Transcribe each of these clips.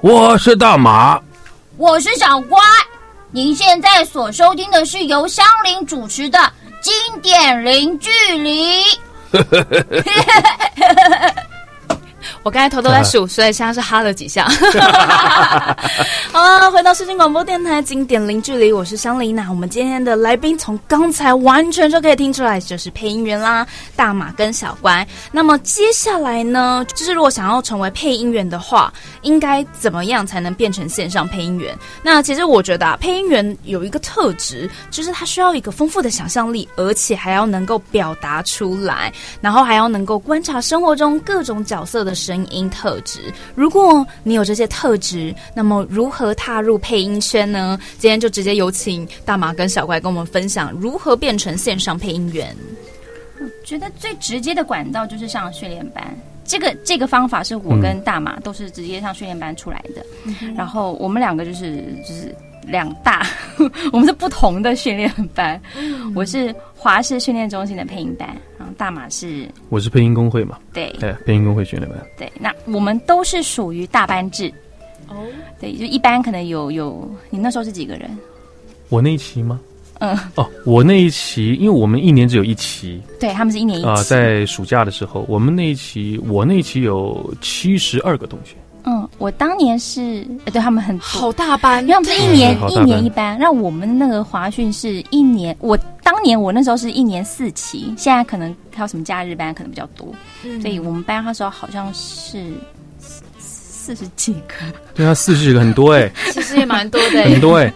我是大马，我是小乖。您现在所收听的是由香菱主持的《经典零距离》。我刚才偷偷在数，所以现在是哈了几下。好啊，回到世新广播电台经典零距离，我是香琳娜。我们今天的来宾从刚才完全就可以听出来，就是配音员啦，大马跟小乖。那么接下来呢，就是如果想要成为配音员的话，应该怎么样才能变成线上配音员？那其实我觉得啊，配音员有一个特质，就是他需要一个丰富的想象力，而且还要能够表达出来，然后还要能够观察生活中各种角色的声音特质。如果你有这些特质，那么如何踏入配音圈呢？今天就直接有请大马跟小怪跟我们分享如何变成线上配音员。觉得最直接的管道就是上训练班。这个这个方法是我跟大马都是直接上训练班出来的，然后我们两个就是就是两大，我们是不同的训练班。我是华视训练中心的配音班，然后大马是我是配音工会嘛，对对，配音工会训练班。对，那我们都是属于大班制。哦，对，就一般可能有有，你那时候是几个人？我那一期吗？嗯，哦，我那一期，因为我们一年只有一期对，他们是一年一期。啊、在暑假的时候，我们那一期，我那一期有七十二个同学，嗯，我当年是，呃对他们很多好大 班因为，我们是一年嗯好大一班年一班，那我们那个华讯是一年，我当年我那时候是一年四期，现在可能还有什么假日班可能比较多，嗯所以我们班那时候好像是四四十几个，对啊，四十个很多哎、其实也蛮多 的很多哎、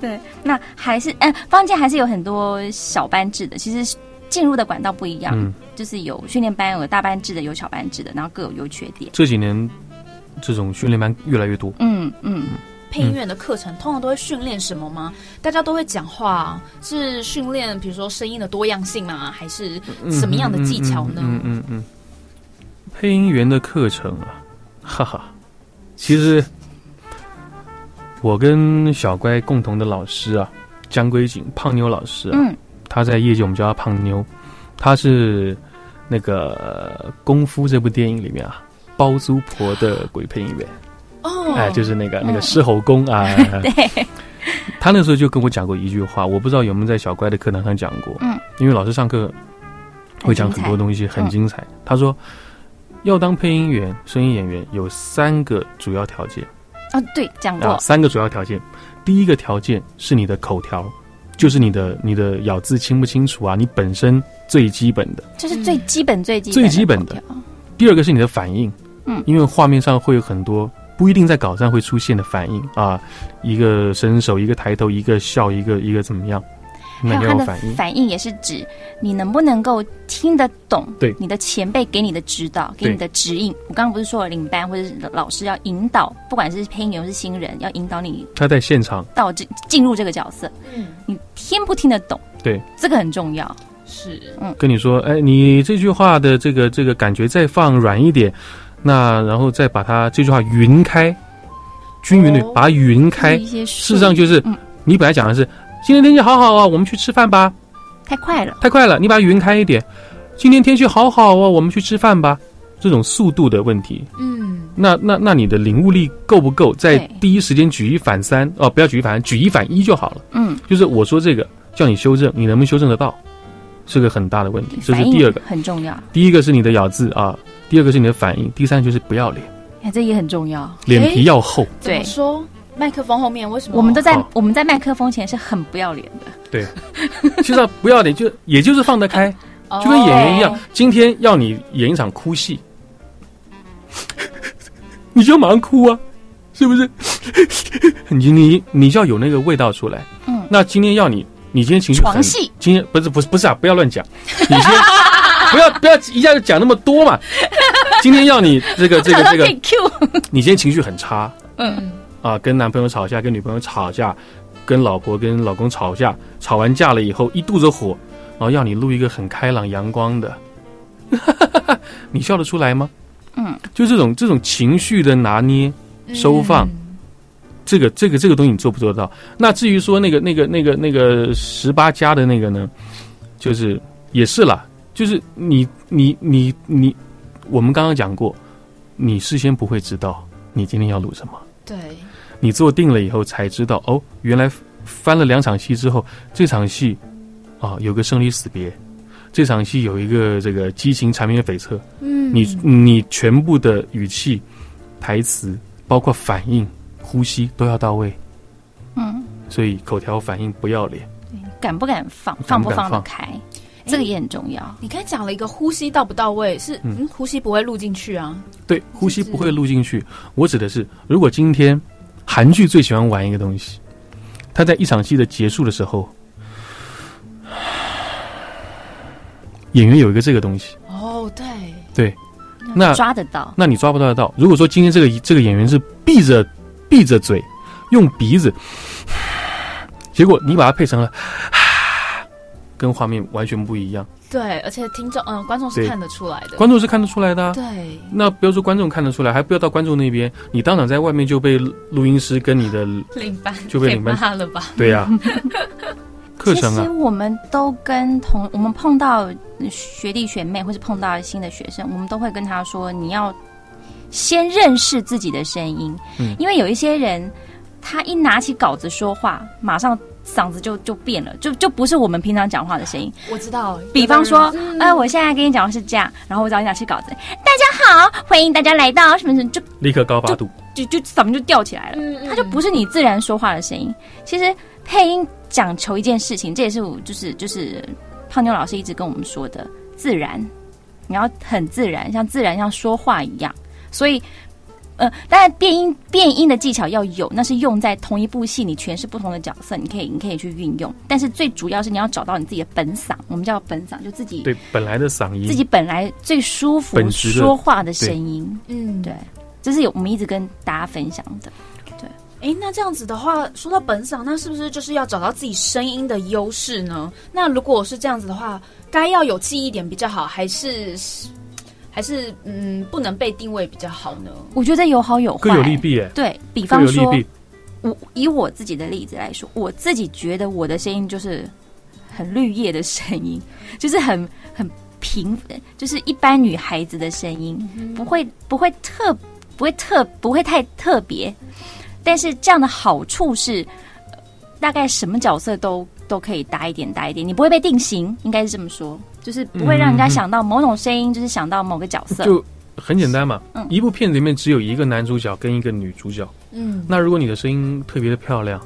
对，那还是哎，坊间还是有很多小班制的，其实进入的管道不一样，嗯，就是有训练班，有大班制的，有小班制的，然后各有优缺点。这几年这种训练班越来越多，嗯嗯，配音员的课程通常都会训练什么吗？大家都会讲话，是训练比如说声音的多样性吗？还是什么样的技巧呢？嗯嗯嗯嗯嗯配音员的课程啊，哈哈，其实我跟小乖共同的老师啊，江归景胖妞老师啊，嗯他在业界我们叫他胖妞，他是那个呃《功夫》这部电影里面啊。包租婆的鬼配音员，哦，哎，就是那个那个嗯狮吼功 啊。他那时候就跟我讲过一句话，我不知道有没有在小乖的课堂上讲过。嗯，因为老师上课 会讲很多的。东西，很精彩。他说，要当配音员、声音演员有三个主要条件哦，对，讲过啊，，三个主要条件。第一个条件是你的口条，就是你的你的咬字清不清楚啊，你本身最基本的。这是最基本最基最基本的口条第二个是你的反应，嗯因为画面上会有很多不一定在稿上会出现的反应啊，一个伸手，一个抬头，一个笑，一个一个怎么样，那还你要有他有的反应。反应也是指你能不能够听得懂，对你的前辈给你的指导，给你的指引。我刚刚不是说了，领班或者是老师要引导，不管是配音员或是新人，要引导你他在现场到这进入这个角色，嗯，你听不听得懂？对，这个很重要。是跟你说，哎，你这句话的这个这个感觉再放软一点，那然后再把它这句话匀开，均匀的、哦把它匀开就是。一些事事实上就是，嗯你本来讲的是今天天气好好啊，我们去吃饭吧，太快了，太快了，你把它匀开一点。今天天气好好哦，我们去吃饭吧。这种速度的问题，嗯，那那那你的领悟力够不够？在对第一时间举一反三哦，不要举一反三，举一反一就好了。嗯，就是我说这个叫你修正，你能不能修正得到，是个很大的问题。这是反应第二个。很重要，第一个是你的咬字啊，第二个是你的反应，第三就是不要脸，哎，这也很重要。脸皮要 厚。怎么对说？麦克风后面为什么我们都在好我们在麦克风前是很不要脸的，其实啊不要脸就也就是放得开，哦哦就跟演员一样。今天要你演一场哭戏， 你就马上哭啊，是不是？ 你你你就要有那个味道出来。嗯，那今天要你，你今天情绪很床，戏今天不是不是不是啊，不要乱讲，你今天 不要不要一下就讲那么多嘛。今天要你这个这 个这可个以 Q，你今天情绪很差，嗯啊，跟男朋友吵架，跟女朋友吵架，跟老婆跟老公吵架，吵完架了以后一肚子火，然后要你录一个很开朗阳光的， 你笑得出来吗？嗯，就这种这种情绪的拿捏，嗯收放这个这个这个东西你做不做得到？那至于说那个那个那个那个十八加的那个呢，就是也是啦，就是你你你你，我们刚刚讲过，你事先不会知道你今天要录什么。对，你做定了以后才知道，哦，原来翻了两场戏之后，这场戏啊有个生离死别，这场戏有一个这个激情缠绵悱恻，嗯，你你全部的语气、台词，包括反应、呼吸都要到位，嗯，所以口条反应不要脸，敢不敢放，敢放不敢不放得放开，这个也很重要。你刚才讲了一个呼吸到不到位，是嗯嗯，呼吸不会录进去啊。对，呼吸不会录进去。我指的是，如果今天韩剧最喜欢玩一个东西，他在一场戏的结束的时候，演员有一个这个东西。哦，对，那抓得到，那你抓不到得到。如果说今天这个这个演员是闭着闭着嘴，用鼻子，结果你把它配成了，跟画面完全不一样，对，而且听众嗯、观众是对看得出来的。观众是看得出来的、啊。对，那不要说观众看得出来，还不要到观众那边，你当场在外面就被录音师跟你的，领班就被领班骂了吧？对呀、啊 课程其啊实，我们都跟同我们碰到学弟学妹，或是碰到新的学生，我们都会跟他说，你要先认识自己的声音，嗯因为有一些人，他一拿起稿子说话，马上嗓子就就变了，就就不是我们平常讲话的声音。我知道，比方说，嗯哎、我现在跟你讲话是这样，然后我找你拿起稿子，大家好，欢迎大家来到什么什么，就立刻高八度，就就嗓门就吊起来了。嗯，它就不是你自然说话的声音。其实配音讲求一件事情，这也是我就是就是胖妞老师一直跟我们说的，自然，你要很自然，像自然像说话一样。所以，呃，当然变音变音的技巧要有，那是用在同一部戏你诠释不同的角色，你可以你可以去运用。但是最主要是你要找到你自己的本嗓，我们叫本嗓，就自己对本来的嗓自音，己本来最舒服本质的说话的声音。嗯对，这是有我们一直跟大家分享的。哎，那这样子的话，说到本嗓，那是不是就是要找到自己声音的优势呢？那如果是这样子的话，该要有记忆点比较好，还是还是嗯，不能被定位比较好呢？我觉得有好有坏，各有利弊哎、对比各方有利说，弊。我以我自己的例子来说，我自己觉得我的声音就是很绿叶的声音， 就是很很平，就是一般女孩子的声音，不会不会特不会特不会太特别。但是这样的好处是，呃大概什么角色都都可以搭一点搭一点，你不会被定型，应该是这么说，就是不会让嗯人嗯家嗯想到某种声音，就是想到某个角色。就很简单嘛，嗯一部片子里面只有一个男主角跟一个女主角。嗯，那如果你的声音特别的漂亮，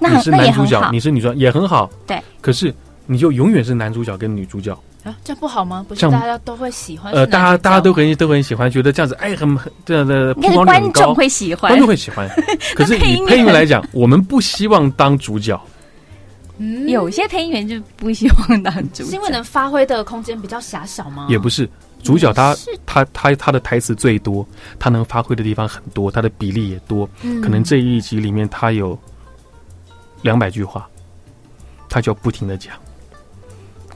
那你是很那也男主很角，好你，是女主角也很好，对。哦可是你就永远是男主角跟女主角，啊，这样不好吗？不是这样大家都会喜欢？呃，是男大家主角大家都很都很喜欢，觉得这样子，哎，很很这样的应该曝光是率很观高众，会喜欢观。众会喜欢。 可是配以音配音员来讲，我们不希望当主角，嗯有些配音员就不希望当主角，嗯是因为能发挥的空间比较狭小吗？也不是主角他是他他他的台词最多，他能发挥的地方很多，他的比例也多，嗯可能这一集里面他有两百句话，他就要不停的讲。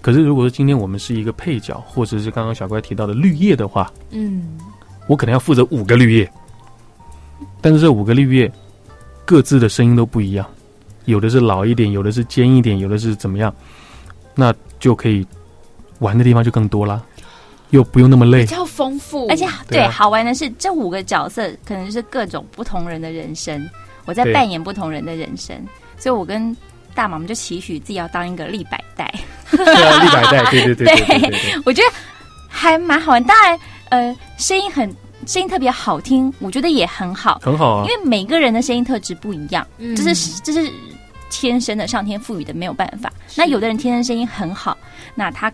可是如果说今天我们是一个配角，或者是刚刚小乖提到的绿叶的话，嗯我可能要负责五个绿叶，但是这五个绿叶各自的声音都不一样，有的是老一点，有的是尖一点，有的是怎么样，那就可以玩的地方就更多啦，又不用那么 累比。较丰富，而且对对啊好玩的是，这五个角色可能是各种不同人的人生，我在对扮演不同人的人生，所以我跟大马们就期许自己要当一个立百代， 对啊，立百代，对对对对对对对，我觉得还蛮好玩。当然，呃，声音很声音特别好听，我觉得也很好，很好啊因。为每个人的声音特质不一样。嗯这是这是天生的，上天赋予的，没有办法。是那有的人天生声音很好，那他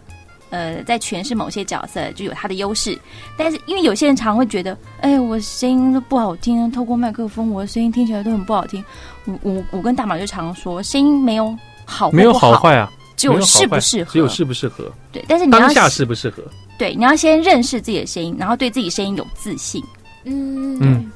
呃在诠释某些角色就有他的优势，但是因为有些人常会觉得，哎，我声音都不好听，透过麦克风我的声音听起来都很不好听。我我我跟大马就常说，声音没有好或没有不好好，嗯坏啊，只没有有好适不坏适合，只有适不适合，对。但是你要当下适不适合。对，你要先认识自己的声音，然后对自己声音有自信。嗯嗯嗯。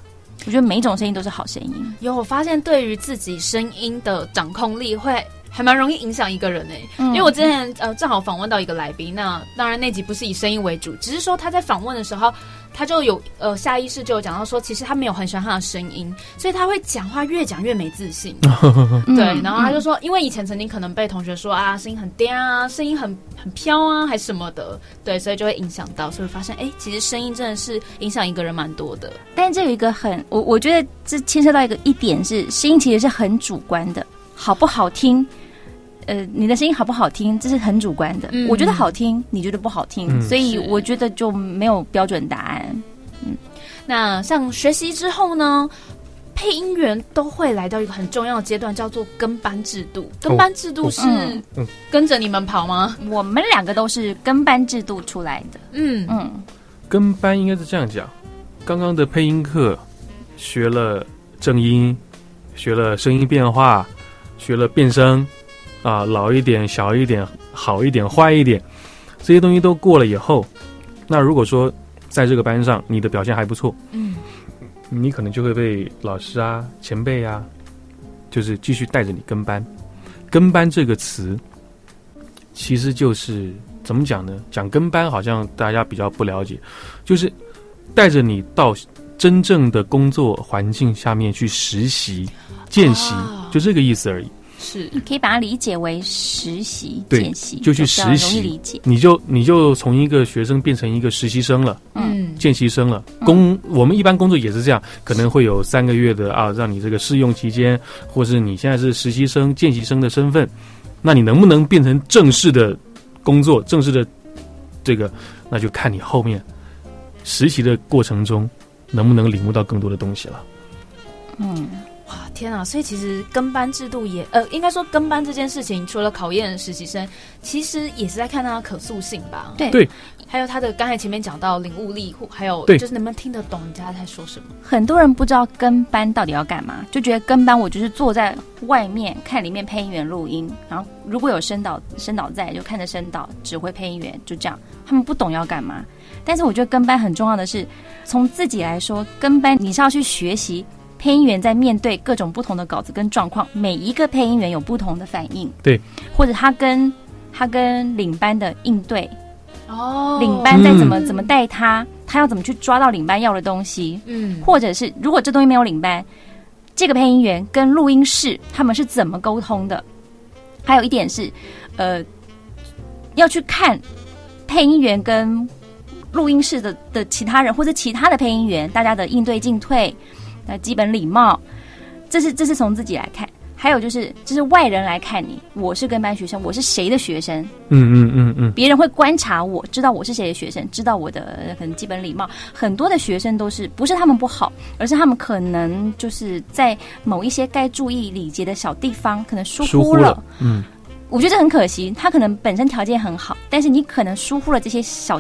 我觉得每一种声音都是好声音，有，我发现对于自己声音的掌控力会还蛮容易影响一个人诶、嗯因为我之前呃正好访问到一个来宾，那当然那集不是以声音为主，只是说他在访问的时候，他就有呃下意识就有讲到说，其实他没有很喜欢他的声音，所以他会讲话越讲越没自信。嗯嗯对，然后他就说，因为以前曾经可能被同学说啊，声音很嗲啊，声音很很飘啊，还什么的，对，所以就会影响到，所以发现哎，其实声音真的是影响一个人蛮多的。但这有一个很，我我觉得这牵涉到一个一点是，声音其实是很主观的，好不好听。呃，你的声音好不好听，这是很主观的。嗯我觉得好听，你觉得不好听，嗯所以是我觉得就没有标准答案。那像学习之后呢，配音员都会来到一个很重要的阶段，叫做跟班制度。跟班制度是嗯嗯跟着你们跑吗？我们两个都是跟班制度出来的，嗯，嗯，跟班应该是这样讲，刚刚的配音课学了正音，学了声音变化，学了变声，啊，老一点、小一点、好一点、坏一点，这些东西都过了以后，那如果说在这个班上你的表现还不错，嗯，你可能就会被老师啊、前辈啊，就是继续带着你跟班。跟班这个词，其实就是怎么讲呢？讲跟班好像大家比较不了解，就是带着你到真正的工作环境下面去实习、见习，哦就这个意思而已。是可以把它理解为实习、对见习，就去比较实习容易理解。你就你就从一个学生变成一个实习生了。嗯见习生了。工我们一般工作也是这样，可能会有三个月的啊，让你这个试用期间，或是你现在是实习生、见习生的身份，那你能不能变成正式的工作、正式的这个，那就看你后面实习的过程中能不能领悟到更多的东西了。嗯，哇，天啊！所以其实跟班制度也呃，应该说跟班这件事情，除了考验实习生，其实也是在看他的可塑性吧。对对，还有他的刚才前面讲到领悟力，或还有对就是能不能听得懂人家在说什么。很多人不知道跟班到底要干嘛，就觉得跟班我就是坐在外面看里面配音员录音，然后如果有声导声导在就看着声导指挥配音员，就这样。他们不懂要干嘛。但是我觉得跟班很重要的是，从自己来说，跟班你是要去学习配音员在面对各种不同的稿子跟状况，每一个配音员有不同的反应，对，或者他跟他跟领班的应对，哦领班在怎么、嗯怎么带他，他要怎么去抓到领班要的东西，嗯，或者是如果这东西没有领班，这个配音员跟录音室他们是怎么沟通的？还有一点是，呃，要去看配音员跟录音室的的其他人或者其他的配音员大家的应对进退，呃，基本礼貌，这是这是从自己来看。还有就是，这是外人来看你，我是跟班学生，我是谁的学生，嗯嗯嗯嗯，别人会观察我，知道我是谁的学生，知道我的呃可能基本礼貌。很多的学生都是不是他们不好，而是他们可能就是在某一些该注意礼节的小地方，可能疏疏忽忽了。了，嗯，我觉得这很可惜，他可能本身条件很好，但是你可能疏忽了这些小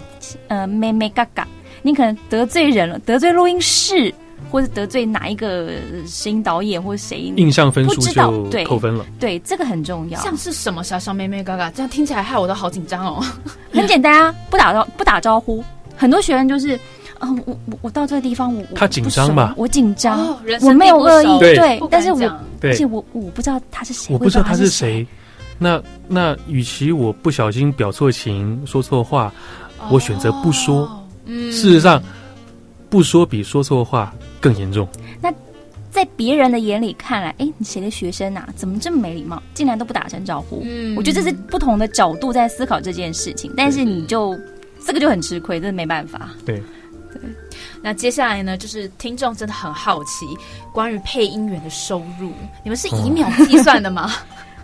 呃妹妹嘎嘎，你可能得罪人了，得罪录音室，或者得罪哪一个呃声音导演或者谁。印象分数不知道对就扣分了。对，这个很重要。像是什么小小妹妹嘎嘎，这样听起来害我都好紧张哦。很简单啊，不打招不打招呼，很多学员就是，啊、我我我到这个地方，我我他紧张吧不熟我紧张，哦人生我没有恶地意，不熟对不敢但是我讲对而且，我我不知道他是谁，我不知道他我也是谁。那那，与其我不小心表错情、说错话，我选择不说哦。嗯事实上，不说比说错话更严重。在别人的眼里看来，哎，你谁的学生啊？怎么这么没礼貌，竟然都不打声招呼？嗯我觉得这是不同的角度在思考这件事情，但是你就这个就很吃亏，这没办法。那接下来呢，就是听众真的很好奇关于配音员的收入，你们是以秒计算的吗？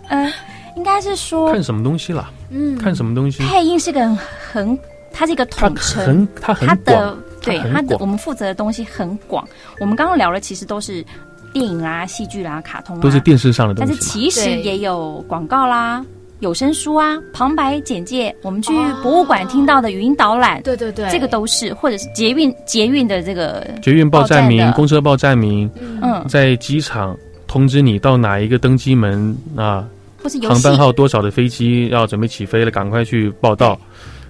呃，应该是说看什么东西啦？嗯，看什么东西？配音是个很很，它是一个它统称，很它很它广的，对它很它的广我们负责的东西很广。我们刚刚聊的其实都是电影啦、戏剧啦、卡通啦，啊都是电视上的东但嗯是西嘛。其实对也有广告啦、有声书啊、旁白简介，我们去哦博物馆听到的语音导览，对对对，这个都是，或者是捷运捷运的这个，捷运报站报站名、的公车报站名，嗯嗯，在机场通知你到哪一个登机门啊，或是游航戏班。号多少的飞机要准备起飞了，赶快去报到。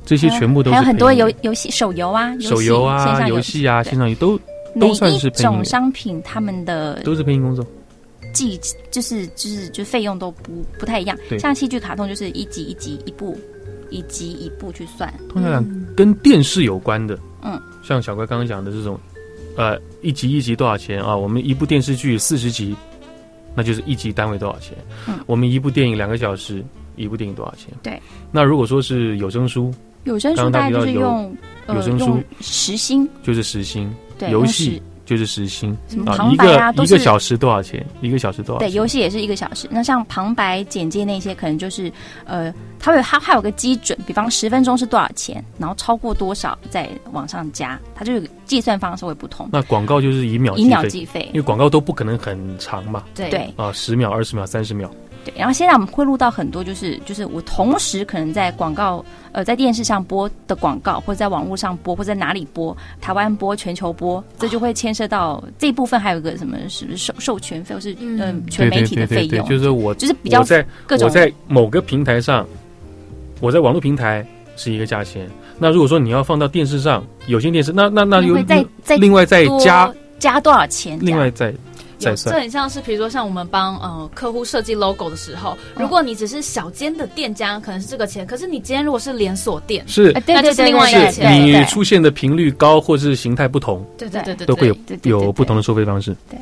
这些还有全部都是嗯还有很多配音游游戏、手游啊、游戏手游线啊、上游游，戏啊、对线上游都每都算是一配音员种商品他们的都是配音工作。计就是就是就费用都不不太一样，对像戏剧卡通就是一集一集一部，一集一部去算，通常讲跟电视有关的，嗯，像小乖刚刚讲的这种，呃，一集一集多少钱啊？我们一部电视剧四十集，那就是一集单位多少钱？嗯我们一部电影两个小时，一部电影多少钱？对。那如果说是有声书，有声书刚刚大大概家就是提到有用有呃声书用时薪，就是时薪；对，游用戏时就是时薪什么啊，旁一白个、啊都一是个小时多少钱？一个小时多少对，钱？游戏也是一个小时。那像旁白、简介那些，可能就是呃，它会有它它有个基准，比方十分钟是多少钱，然后超过多少再往上加，它就有个计算方式会不同，那广告就是以秒以计秒费，计费因。为广告都不可能很长嘛，对对啊，十秒、二十秒、三十秒，对，然后现在我们会录到很多，就是就是我同时可能在广告呃在电视上播的广告，或者在网络上播，或者在哪里播，台湾播、全球播，这就会牵涉到这一部分还有个什么是授授权费，或是嗯、嗯全媒体的费用，就是我就是比较我在各种我在某个平台上，我在网络平台是一个价钱。那如果说你要放到电视上，有线电视，那那那你有会再再另外再多加，加多少钱这样？另外再再有，这算。很像是，比如说像我们帮呃客户设计 logo 的时候，嗯如果你只是小间的店家，可能是这个钱，可是你今天如果是连锁店，是哎，对那就对是对，另外一个对是钱对你对出现的频率高或是形态不同，对对对对都会有对对对有不同的收费方式。对，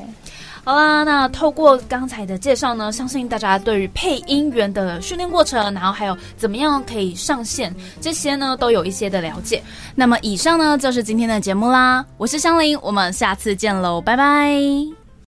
好啦，那透过刚才的介绍呢，相信大家对于配音员的训练过程，然后还有怎么样可以上线，这些呢都有一些的了解。那么以上呢就是今天的节目啦，我是香菱，我们下次见喽，拜拜。